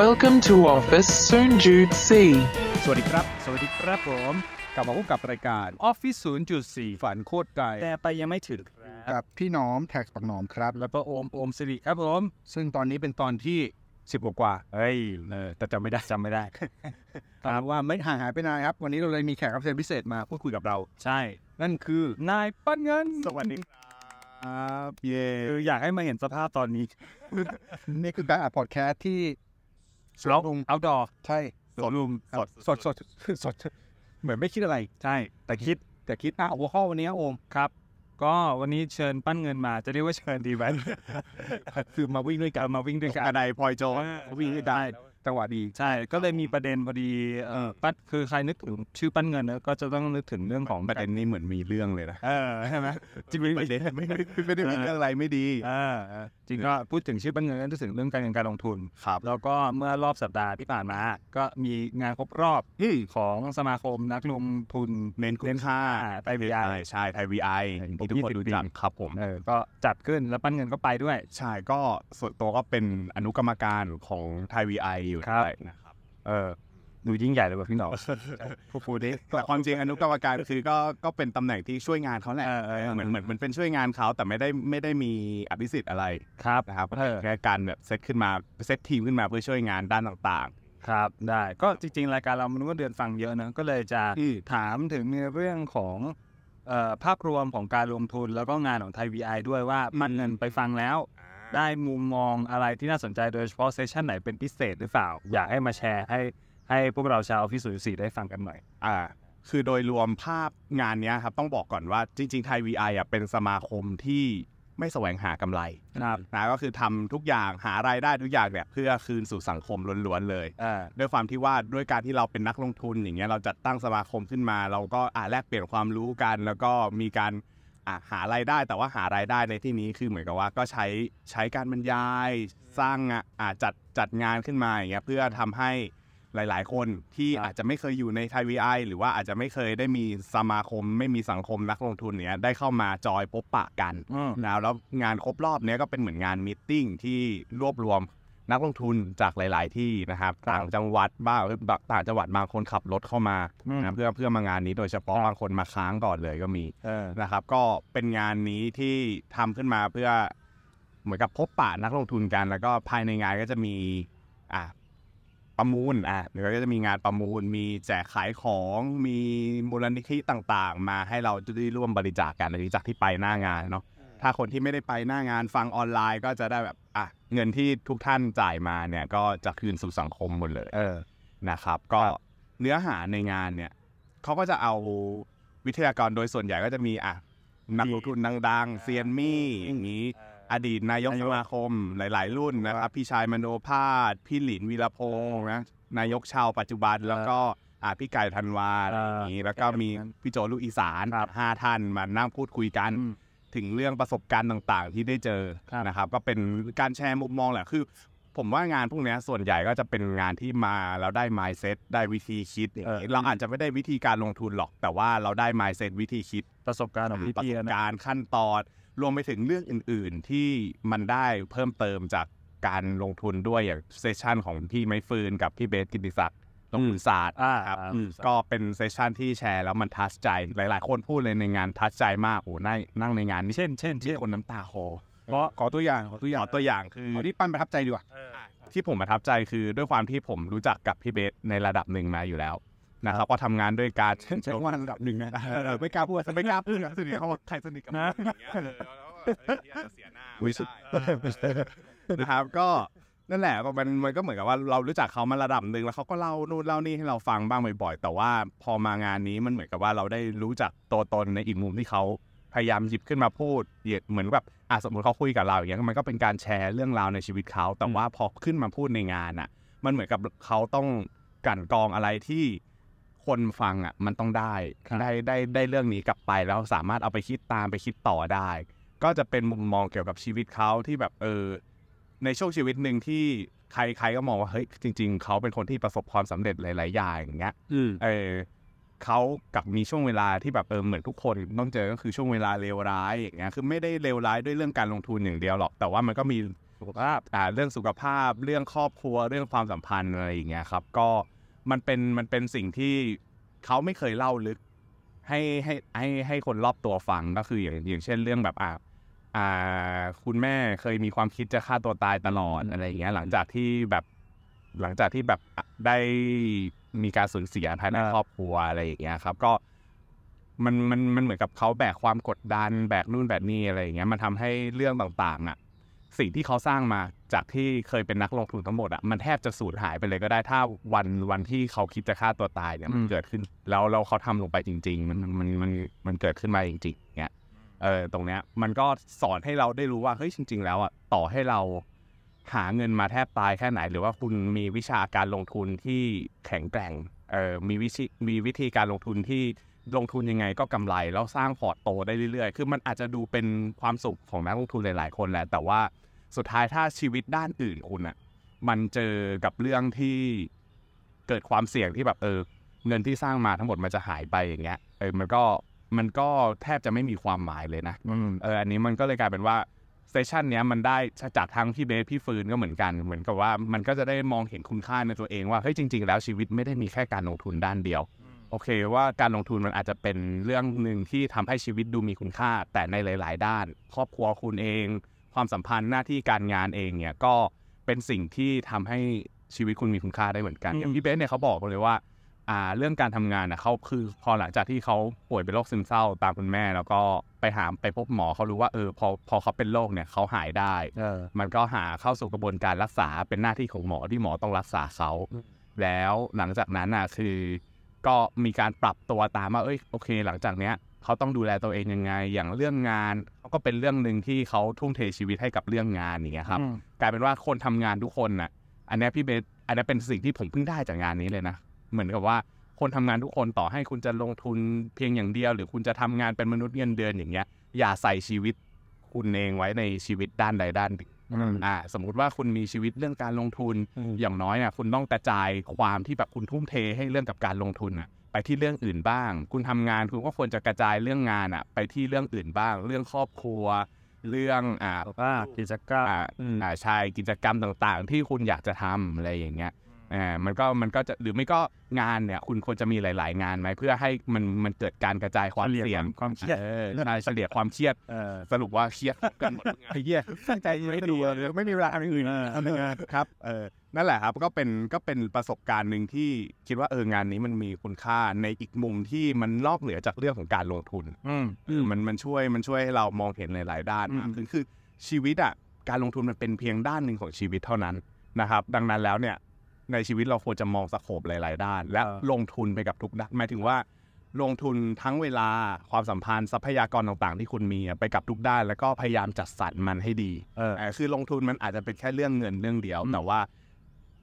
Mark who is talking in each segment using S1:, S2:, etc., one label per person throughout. S1: Welcome to Office Soon Jude C.
S2: สวัสดีครับ สวัสดีครับผม กลับมาพบกับรายการ Office 0.4 ฝันโคตรไกลแต่ไปยังไม่ถึง
S3: กับพี่หน้อมแท็กปักหนอมครับ แล้ว
S2: แล้วก็โอมโอมสิริครับผม
S3: ซึ่งตอนนี้เป็นตอนที่
S2: 10กว่ากว่าเอ้ยเออแต่จำไม่ได้จำไม่ ได้
S3: ครับว่าไม่ห่างหายไปนานครับ วันนี้เราเลยมีแขกรับเชิญพิเศษมาพูดคุยกับเรา
S2: ใช่
S3: นั่นคือน
S2: ายปั้นเงิน
S3: สวัสดี
S2: ครับเย่คืออยากให้มาเห็นสภาพตอนนี้
S3: นี่คือการอัดพอดแคสต์ที่
S2: ร้องเอาดอ
S3: ใช่
S2: สดลุม
S3: ครับสดสดสด
S2: เหมือนไม่คิดอะไร ใช่ แต่คิด
S3: แต่คิดอ่ะหัวข้อวันนี้ครับโอม
S2: ครับ ก็วันนี้เชิญปั้นเงินมาจะเรียกว่าเชิญดีไหม คือมาวิ่งด้วยกันมาวิ่งด้วยกันอะไรพลอยโจวิ่งได้
S3: จังหวะดี
S2: ใช่ ก็เลยมีประเด็นพอดีเออปั้นคือใครนึกถึงชื่อปั้นเงินนะก็จะต้องนึกถึงเรื่องของ
S4: ประเด็นนี้เหมือนมีเรื่องเลยนะ
S2: เออใช่ไหมจริง
S4: ประเด็นไม่ไม่ไม่ได้มีเรื่องอะไรไม่ดี
S2: เออเออจริงก็พูดถึงชื่อปั้นเงินก็นึกถึงเรื่องการเงินการลงทุน
S4: ครับ
S2: แล้วก็เมื่อรอบสัปดาห์ที่ผ่านมา ก็มีงานครบรอบของสมาคมนักลงทุน
S4: เน้นคุณค่า
S2: ไต้หวัน
S4: ใช่ใช่ไทยวีไอ
S2: ใช่
S4: ที่ทุกคน
S2: 20
S4: รู้จัก
S2: ปี
S4: ครับผม
S2: เออก็จัดขึ้นแล้วปั้นเงินก็ไปด้วย
S4: ใช่ก็ส่วนตัวก็เป็นอนุกรรมการของไทยวีไออยู่
S2: ครับ
S4: ด้วยนะครับ
S2: เออดูยิ่งใหญ่เลยว่ะ พี่หนอม
S4: พูดดิแต่ความจริงอนุกรรมการคือก็ก็เป็นตำแหน่งที่ช่วยงานเขาแหละ
S2: เออเออเออ
S4: เหมือนเหมือนเหมันเป็นช่วยงานเขาแต่ไม่ได้ไม่ได้มีอภิสิทธิ์อะไร
S2: ครับ
S4: นะครับ
S2: เออ
S4: แค่การแบบเซตขึ้นมาเซตทีมขึ้นมาเพื่อช่วยงานด้านต่าง
S2: ครับได้ก็จริง ๆ รายการเรามันก็เดือนฟังเยอะนะก็เลยจะถามถึงในเรื่องของเอ่อภาพรวมของการลงทุนแล้วก็งานของไทย VI ด้วยว่ามันเงินไปฟังแล้ว
S4: ๆ
S2: ได้มุมมองอะไรที่น่าสนใจโดยเฉพาะเซสชันไหนเป็นพิเศษหรือเปล่า อยากให้มาแชร์ให้ให้พวกเราชาวพิสูจน์สีได้ฟังกันหน่อย
S4: อ่าคือโดยรวมภาพงานเนี้ยครับต้องบอกก่อนว่าจริงๆไทย VI อ่ะเป็นสมาคมที่ไม่แสวงหากำไร
S2: ครับ
S4: นะก็คือทำทุกอย่างหารายได้ทุกอย่างเนี่ยเพื่อคืนสู่สังคมล้วนๆเลย
S2: อ่า
S4: ด้วยความที่ว่าด้วยการที่เราเป็นนักลงทุนอย่างเงี้ยเราจัดตั้งสมาคมขึ้นมา เราก็อ่าแลกเปลี่ยนความรู้กัน แล้วก็มีการอ่าหารายได้แต่ว่าหารายได้ในที่นี้คือเหมือนกับว่าก็ใช้ใช้การบรรยายสร้างงานอ่าจัดจัดงานขึ้นมาอย่างเงี้ยเพื่อทำให้หลาย ๆ คนที่อาจจะไม่เคยอยู่ในไทยวีไอหรือว่าอาจจะไม่เคยได้มีสมาคม ไม่มีสังคมนักลงทุนเนี้ยได้เข้ามาจอยพบปะกัน
S2: อืม
S4: แล้วแล้วงานครบรอบเนี้ยก็เป็นเหมือนงานมตติ팅ที่รวบรวมนักลงทุนจากหลาย ๆ ที่นะครับ
S2: ครับ
S4: ต่างจังหวัดบ้างต่างจังหวัดบางคนขับรถเข้ามา
S2: อืม
S4: นะเพื่อเพื่อมางานนี้โดยเฉพาะบางคนมาค้างก่อนเลยก็มี
S2: เออ
S4: นะครับ ก็เป็นงานนี้ที่ทำขึ้นมาเพื่อเหมือนกับพบปะนักลงทุนกัน แล้วก็ภายในงานก็จะมีอ่ะประมูลอ่ะหรือก็จะมีงานประมูล มีแจกขายของมีมูลนิธิต่าง ๆ มาให้เราได้ร่วมบริจาคกันหลังจากที่ไปหน้างานเนาะ ถ้าคนที่ไม่ได้ไปหน้างานฟังออนไลน์ก็จะได้แบบอ่ะเงินที่ทุกท่านจ่ายมาเนี่ยก็จะคืนสู่สังคมหมดเลย
S2: เออ
S4: นะครับ ก็เนื้อหาในงานเนี่ยเขาก็จะเอาวิทยากรโดยส่วนใหญ่ก็จะมีอ่ะนักลงทุนดังๆเซียนมี่อย่างนี้ อดีตนายกสมาคมหลาย ๆ รุ่นนะครับพี่ชายมโนภาสพี่หลินวีรพงษ์นะนายกชาวปัจจุบันแล้วก็อ่ะพี่ไก่ธันวาอะไรอย่างนี้แล้วก็มีพี่โจลูกอีสานห้าท่านมานั่งพูดคุยกัน
S2: อืม
S4: ถึงเรื่องประสบการณ์ต่างๆ ที่ได้เจอ
S2: ครับ
S4: นะครับ ก็เป็นการแชร์มุมมองแหละคือ ผมว่างานพวกเนี้ยส่วนใหญ่ก็จะเป็นงานที่มาแล้วได้ mindset ได้วิธีคิดอย่าง
S2: เออ
S4: นี้เราอาจจะไม่ได้วิธีการลงทุนหรอก แต่ว่าเราได้ mindset วิธีคิด
S2: ประสบการณ์ของพี่
S4: ประ
S2: เปี
S4: ส
S2: ย
S4: บ
S2: นะ
S4: การณ์ขั้นตอน รวมไปถึงเรื่องอื่น ๆ ที่มันได้เพิ่มเติมจากการลงทุนด้วยอย่างเซสชันของพี่ไม้ฟืนกับพี่เบสกิติศักดิ์ลงทุนศาสตร์
S2: อ่า
S4: ครับ
S2: อ่า
S4: อืมก็เป็นเซสชันที่แชร์แล้วมันทัชใจหลาย ๆ คนพูดเลยในงานทัชใจมากโอ้โหนั่งนั่งในงานนี่
S2: เช่นเช่น
S4: ที่
S2: เช่น
S4: คนน้ำตาคอ
S2: เพราะ
S3: ขอตัวอย่างขอตัวอย่าง
S4: ขอตัวอย่างคือ
S3: เอาที่ปั้นประทับใจดีกว่า
S4: ที่ผมประทับใจคือด้วยความที่ผมรู้จักกับพี่เบสในระดับหนึ่งมาอยู่แล้วนะครับก็ทำงานด้วยกัน
S3: ใช้คำว่าระดับหนึ่งนะเออไม่กล้าพูดไม่กล้าพูดนะสนิทเขาบอกใครสนิทกับ
S2: นะ
S4: อุ๊ยสุดนะครับก็นั่นแหละมันมันก็เหมือนกับว่าเรารู้จักเขามาระดับหนึ่งแล้วเขาก็เล่านู่นเล่านี่ให้เราฟังบ้างบ่อยๆแต่ว่าพอมางานนี้มันเหมือนกับว่าเราได้รู้จักตัวตนในอีกมุมที่เขา พยายามหยิบขึ้นมาพูดเหยียดเหมือนแบบอ่ะสมมติเขาคุยกับเราอย่างเงี้ยมันก็เป็นการแชร์เรื่องราวในชีวิตเขา แต่ว่าพอขึ้นมาพูดในงานอ่ะ มันเหมือนกับเขาต้องกลั่นกรองอะไรที่คนฟังอ่ะมันต้องได้ได้ได้ได้เรื่องนี้กลับไปแล้วสามารถเอาไปคิดตามไปคิดต่อได้ ก็จะเป็นมุมมองเกี่ยวกับชีวิตเขาที่แบบเออในช่วงชีวิตหนึ่งที่ใครใครก็มองว่าเฮ้ยจริง ๆเขาเป็นคนที่ประสบความสำเร็จหลาย ๆ อย่างอย่างเงี้ย
S2: อืม
S4: เออเขากลับมีช่วงเวลาที่แบบเออเหมือนทุกคนต้องเจอก็คือช่วงเวลาเลวร้ายอย่างเงี้ยคือไม่ได้เลวร้ายด้วยเรื่องการลงทุนอย่างเดียวหรอก แต่ว่ามันก็มี สุขภาพอ่าเรื่องสุขภาพเรื่องครอบครัวเรื่องความสัมพันธ์อะไรอย่างเงี้ยครับ ก็มันเป็นมันเป็นสิ่งที่เขาไม่เคยเล่าลึก ให้ให้ให้ให้คนรอบตัวฟังก็คืออย่างอย่างเช่นเรื่องแบบอ่าอ่าคุณแม่เคยมีความคิดจะฆ่าตัวตายตลอดอะไรอย่างเงี้ยหลังจากที่แบบหลังจากที่แบบอ่ะได้มีการสูญเสียภายในครอบครัวอะไรอย่างเงี้ยครับก็ มันมันมันเหมือนกับเขาแบกความกดดันแบกนู่นแบกนี่อะไรอย่างเงี้ยมันทำให้เรื่องต่างๆอ่ะ สิ่งที่เขาสร้างมาจากที่เคยเป็นนักลงทุนทั้งหมดอ่ะมันแทบจะสูญหายไปเลยก็ได้ถ้าวันวันที่เขาคิดจะฆ่าตัวตายเนี่ยมัน
S2: อืม
S4: เกิดขึ้น แล้วเราเขาทำลงไปจริง ๆ มันมันมันมันเกิดขึ้นมาจริงๆอย่างเงี้ยเออตรงเนี้ยมันก็สอนให้เราได้รู้ว่าเฮ้ยจริง ๆ แล้วอ่ะต่อให้เราหาเงินมาแทบตายแค่ไหน หรือว่าคุณมีวิชาการลงทุนที่แข็งแกร่งเออมีวิธีมีวิธีการลงทุนที่ ลงทุนยังไงก็กำไรแล้วสร้างพอร์ตโตได้เรื่อยๆ คือมันอาจจะดูเป็นความสุขของนักลงทุนหลายๆ คนแหละ แต่ว่าสุดท้ายถ้าชีวิตด้านอื่นคุณอะมันเจอกับเรื่องที่เกิดความเสี่ยงที่แบบเออ เงินที่สร้างมาทั้งหมดมันจะหายไปอย่างเงี้ย เออมันก็มันก็แทบจะไม่มีความหมายเลยนะ เอออันนี้มันก็เลยกลายเป็นว่าเซสชันเนี้ยมันได้จากทั้งพี่เบสพี่ฟืนก็เหมือนกัน เหมือนกับว่ามันก็จะได้มองเห็นคุณค่าในตัวเองว่าเฮ้ยจริง ๆ แล้วชีวิตไม่ได้มีแค่การลงทุนด้านเดียว โอเคว่าการลงทุนมันอาจจะเป็นเรื่องหนึ่งที่ทำให้ชีวิตดูมีคุณค่า แต่ในหลาย ๆ ด้าน ครอบครัวคุณเอง ความสัมพันธ์หน้าที่การงานเองเนี่ยก็เป็นสิ่งที่ทำให้ชีวิตคุณมีคุณค่าได้เหมือนกันอย่างพี่เบสเนี่ยเขาบอกเลยว่า อ่าเรื่องการทำงานนะเขาคือพอหลังจากที่เขาป่วยเป็นโรคซึมเศร้าตามคุณแม่ แล้วก็ไปหาไปพบหมอเขารู้ว่าเออพอพอเขาเป็นโรคเนี่ยเขาหายได้
S2: เออ
S4: มันก็หาเข้าสู่กระบวนการรักษาเป็นหน้าที่ของหมอที่หมอต้องรักษาเขา แล้วหลังจากนั้นน่ะคือ ก็มีการปรับตัวตามว่าเอ้ยโอเค หลังจากเนี้ยเขาต้องดูแลตัวเองยังไง อย่างเรื่องงานเขาก็เป็นเรื่องหนึ่งที่เขาทุ่มเทชีวิตให้กับเรื่องงานอย่างเงี้ยครับ
S2: อืม
S4: กลายเป็นว่าคนทำงานทุกคนน่ะ อันเนี้ยพี่เบสอันเนี้ยเป็นสิ่งที่ผมเพิ่งได้จากงานนี้เลยนะ เหมือนกับว่าคนทำงานทุกคนต่อให้คุณจะลงทุนเพียงอย่างเดียว หรือคุณจะทำงานเป็นมนุษย์เงินเดือนอย่างเงี้ย อย่าใส่ชีวิตคุณเองไว้ในชีวิตด้านใดด้านหนึ่งอ่า สมมุติว่าคุณมีชีวิตเรื่องการลงทุน อย่างน้อยเนี่ยคุณต้องกระจายความที่แบบคุณทุ่มเทให้เรื่องกับการลงทุนอะไปที่เรื่องอื่นบ้าง คุณทำงานคุณก็ควรจะกระจายเรื่องงานอะไปที่เรื่องอื่นบ้าง เรื่องครอบครัว เรื่องอ่า
S2: ว่ากิจกรรม
S4: อ่า
S2: อืม
S4: อ่าใช่กิจกรรมต่างๆ ที่คุณอยากจะทำอะไรอย่างเงี้ยอ่ามันก็มันก็จะหรือไม่ก็งานเนี่ย คุณควรจะมีหลาย ๆ งานไหมเพื่อให้มันมันเกิดการกระจายความเสี่ยง
S2: ความเครียด
S4: เออใช่เฉลี่ยความเครียด
S2: เออ
S4: สรุปว่าเครียดกันหมดทุกงาน
S3: ไอ้เหี้ยตั้งใจไม่ดูเลยไม่มีเวลาทำอย่างอื่นทำเรื่องงาน
S4: ครับ เออ นั่นแหละครับ ก็เป็น ก็เป็นประสบการณ์หนึ่งที่คิดว่าเอองานนี้มันมีคุณค่าในอีกมุมที่มันนอกเหนือจากเรื่องของการลงทุน
S2: อืม
S4: เออมัน มันช่วย มันช่วยให้เรามองเห็นหลาย ๆ ด้านมาก
S2: อืม
S4: ขึ้นคือชีวิตอ่ะ การลงทุนมันเป็นเพียงด้านหนึ่งของชีวิตเท่านั้นนะครับ ดังนั้นแล้วเนี่ย ในชีวิตเราควรจะมองสโคบหลาย ๆ ด้าน และลงทุนไปกับทุกด้าน หมายถึงว่า ลงทุนทั้งเวลา ความสัมพันธ์ ทรัพยากรต่าง ๆ ที่คุณมีอะไปกับทุกด้าน แล้วก็พยายามจัดสรรมันให้ดี
S2: เออ
S4: เอ่อคือลงทุนมันอาจจะเป็นแค่เรื่องเงินเรื่องเดียว
S2: อืม
S4: แต่ว่า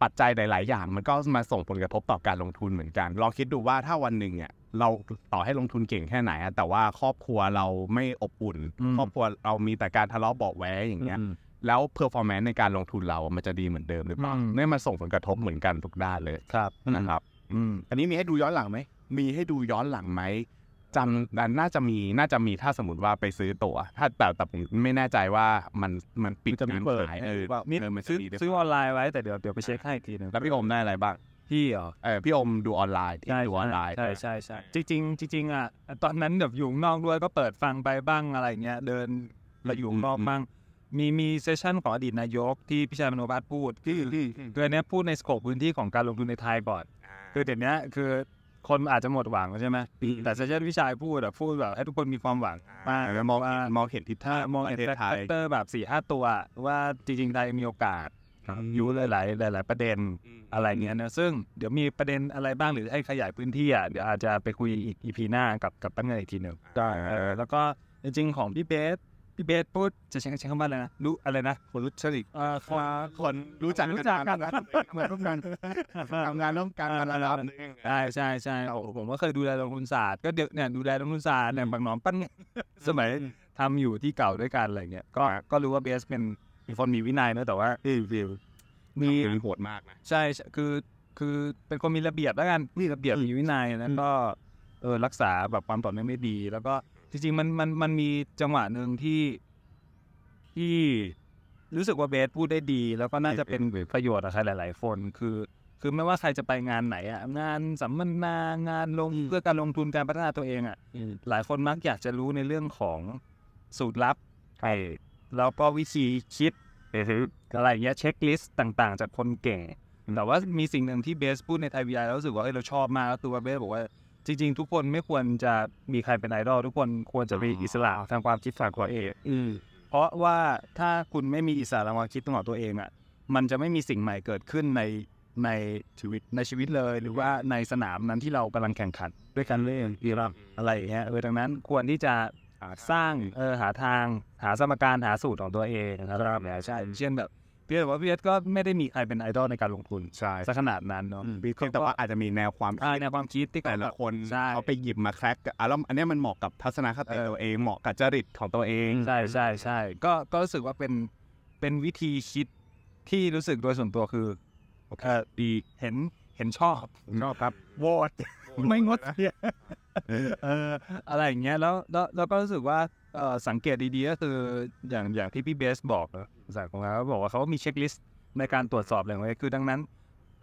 S4: ปัจจัยหลาย ๆ อย่าง มันก็มาส่งผลกระทบต่อการลงทุนเหมือนกันลองคิดดูว่าถ้าวันหนึ่งเนี่ยเราต่อให้ลงทุนเก่งแค่ไหนอะแต่ว่าครอบครัวเราไม่อบอุ่น ครอบครัวเรามีแต่การทะเลาะเบาะแว้งอย่างเงี้ย
S2: อืม
S4: แล้วเพอร์ฟอร์แมนซ์ในการลงทุนเรามันจะดีเหมือนเดิมหรือเปล่า
S2: อืม
S4: เนี่ยมันส่งผลกระทบเหมือนกันทุกด้านเลย
S2: ครับ
S4: นะครับ
S2: อืม
S3: อันนี้มีให้ดูย้อนหลังไหม
S4: มีให้ดูย้อนหลังไหมจำน่าจะมีน่าจะมีถ้าสมมติว่าไปซื้อตั๋ว ถ้าแต่แต่ผมไม่แน่ใจว่ามันมันปิด
S3: มันจะมี
S4: งาน
S3: เปิด
S4: ขาย
S3: ไหม
S4: เอ
S3: ห
S4: อ
S3: รือเปล่า
S4: เออมัน
S2: ซื้
S4: ซื้
S2: อ
S4: อ
S2: ซื้อออนไลน์ไว้แต่เดี๋ยวเดี๋ยวไปเช็คให้อีกทีหนึง
S4: แล้วพี่อมได้อะไรบ้าง
S2: พี่เหรอ
S4: เออพี่อมดูออนไลน์ที่
S2: ใช่
S4: ดูออนไลน์
S2: ใช่ใช่ใช่จริงๆจริงๆอ่ะตอนนั้นแบบอยู่ข้างนอกด้วยก็เปิดฟังไปบ้างอะไรเงี้ยเดินแล้วอยู่ข้างนอกบ้าง มีมีเซสชั่นของอดีตนายกที่พี่ชายมโนบัตพูดที่ที่เดือนเนี้ยพูดในสโคปพื้นที่ของการลงทุนในไทยบอร์ดคือเดี๋ยวเนี้ยคือคนอาจจะหมดหวังแล้วใช่ไหมแต่เซสชั่นพี่ชายพูดอะพูดแบบให้ทุกคนมีความหวังมาก
S4: แล้วมองมองเห็นทิศทาง
S2: มอง
S4: ป
S2: เห็น
S4: ระเทศ
S2: แฟ
S4: ไทย
S2: กเตอร์แบบสี่ห้าตัวว่าจริงๆไทยมีโอกาส
S4: ครับ
S2: อยู่หลายๆหลายๆประเด็น
S4: อืม
S2: อะไรเงี้ยนะซึ่งเดี๋ยวมีประเด็นอะไรบ้างหรือให้ขยายพื้นที่อ่ะเดี๋ยวอาจจะไปคุยอีกอีพีหน้ากับกับตั้งเงินอีกทีหนึ่ง
S4: ได้
S2: เออแล้วก็จริงๆของพี่เบสพี่เบสพูดจะใช้ใช้คำว่าอะไรนะรู้อะไรนะ
S3: คนรู้จริต
S2: เออคน
S3: คนรู้จัก
S2: รู้จักกัน
S3: เหมือนร่วมกันทำงานร่วมกันมาระดับหนึ่ง
S2: ใช่ใช่ใช่โอ้โหผมก็เคยดูแลลงทุนศาสตร์ก็เดี๋ยวเนี่ยดูแลลงทุนศาสตร์เนี่ยบางหนอมปั้นไงสมัยทำอยู่ที่เก่าด้วยกันอะไรเงี้ยก็ก็รู้ว่าเบสเป็นเป็นคนมีวินัยนะแต่ว่ามี
S4: มันโหดมากนะ
S2: ใช่ใช่คือ คือเป็นคนมีระเบียบแล้วกันมีระเบียบมีวินัยแล้วก็ เออ รักษาแบบความต่อเนื่องไม่ดี แล้วก็ จริงๆ มัน มัน มันมีจังหวะหนึ่งที่ ที่ รู้สึกว่าเบสพูดได้ดี แล้วก็น่าจะเป็นประโยชน์กับใครหลาย ๆ คนคือ คือไม่ว่าใครจะไปงานไหนอ่ะงานสัมมนางานลงเพื่อการลงทุนการพัฒนาตัวเองอ่ะหลายคนมักอยากจะรู้ในเรื่องของสูตรลับใช่แล้วก็วิธีคิดอะไรอย่างเงี้ยเช็คลิสต์ต่างๆ จากคนเก่ง แต่ว่ามีสิ่งหนึ่งที่เบสพูดในไทยวีไอแล้วรู้สึกว่าเอ้ยเราชอบมากก็คือว่าเบสบอกว่าจริง ๆ ทุกคนไม่ควรจะมีใครเป็นไอดอลทุกคนควรจะมีอิสระทางความคิดฝั่งตัวเองเพราะว่าถ้าคุณไม่มีอิสระทางความคิดของตัวเองอ่ะ มันจะไม่มีสิ่งใหม่เกิดขึ้นในในชีวิตในชีวิตเลย หรือว่าในสนามนั้นที่เรากำลังแข่งขัน ด้วยกันเล่นกีฬาอะไรอย่างเงี้ยเออดังนั้นควรที่จะสร้างเออหาทางหาสมการหาสูตรของตัวเองนะครับใช่เช่นแบบเพียงแต่ว่าเพียก็ไม่ได้มีใครเป็นไอดอลในการลงทุน
S4: ใช่
S2: สักขนาดนั้นเนาะ
S4: เพียงแต่ว่าอาจจะมีแนวความ
S2: ใช่ในความคิดที่
S4: แต่ละ
S2: แบบ
S4: คน
S2: ใช่
S4: เขาไปหยิบมาแคร็กอ่ะแล้วอันเนี้ยมันเหมาะกับทัศนคติตัวเองเหมาะกับจริตของตัวเอง
S2: ใช่ใช่ใช่ก็ก็รู้สึกว่าเป็นเป็นวิธีคิดที่รู้สึกโดยส่วนตัวคือเออดีเห็นเห็นชอบ
S4: ชอบครับ
S2: โหวตไม่งดเสียเอออะไรอย่างเงี้ยแล้วแล้วแล้วก็รู้สึกว่าเอ่อสังเกตดีๆก็คืออย่างอย่างที่พี่เบสบอกนะจากของเขาบอกว่าเขามีเช็คลิสต์ในการตรวจสอบอะไรของเขาคือดังนั้น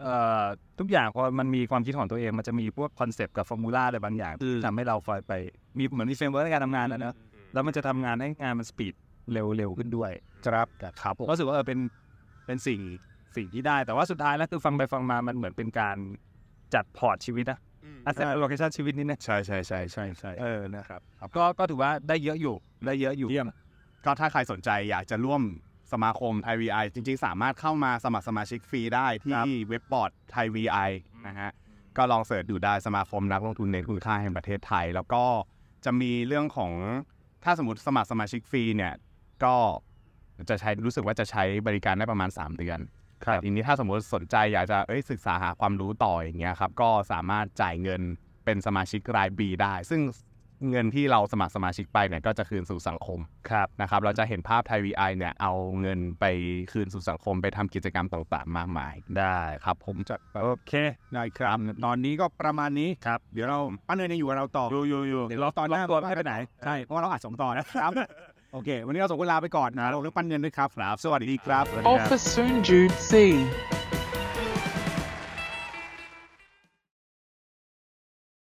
S2: เอ่อทุกอย่างพอมันมีความคิดของตัวเองมันจะมีพวกคอนเซปต์กับฟอร์มูลาอะไรบางอย่างที่ทำให้เราไฟไปมีเหมือนมีเฟรมเวิร์กในการทำงานนะเนอะแล้วมันจะทำงานให้งานมันสปีดเร็วเร็วขึ้นด้วยครับครับก็รู้สึกว่าเออเป็นเป็นสิ่งสิ่งที่ได้แต่ว่าสุดท้ายแล้วคือฟังไปฟังมามันเหมือนเป็นการ จัดพอร์ตชีวิตนะอาศัยโลเคชั่นชีวิตนิดนะ
S4: ใช่ใช่ใช่ใช่ใช่
S2: เออนะครับก็ก็ถือว่าได้เยอะอยู่ได้เยอะอยู่
S4: ก็ถ้าใครสนใจอยากจะร่วมสมาคมไทยวีไอจริง ๆ สามารถเข้ามาสมัครสมาชิกฟรีได้ที่
S2: ครับ
S4: เว็บบอร์ดไทยวีไอนะฮะ ก็ลองเสิร์ชดูได้สมาคมนักลงทุนเน้นคุณค่าแห่งประเทศไทย แล้วก็จะมีเรื่องของถ้าสมมติสมัครสมาชิกฟรีเนี่ย ก็จะใช้รู้สึกว่าจะใช้บริการได้ประมาณ 3 เดือนแต่ทีนี้ถ้าสมมติสนใจอยากจะเอ้ยศึกษาหาความรู้ต่ออย่างเงี้ยครับก็สามารถจ่ายเงินเป็นสมาชิกรายปีได้ ซึ่งเงินที่เราสมัครสมาชิกไปเนี่ยก็จะคืนสู่สังคม
S2: ครับ
S4: นะครับเราจะเห็นภาพไทยวีไอเนี่ยเอาเงินไปคืนสู่สังคมไปทำกิจกรรมต่างๆ มากมายได้ครับ ผมจะ
S2: โอเค
S3: ได้ครับ ตอนนี้ก็ประมาณนี้
S2: ครับ
S3: เดี๋ยวเราป้าเนยยังอยู่กับเราต่อ
S2: อยู่อยู่อยู่
S3: เดี๋ยวรอตอนหน้า
S2: ตัวไม่ไปไหน
S3: ใช่ เพราะว่าเราอาจสองต่อนะครับ โอเค วันนี้เราสองคนลาไปก่อนนะเราเรื่องปั้นเงินด้วยครับ สวัสดีครับ
S1: Officer Jude C.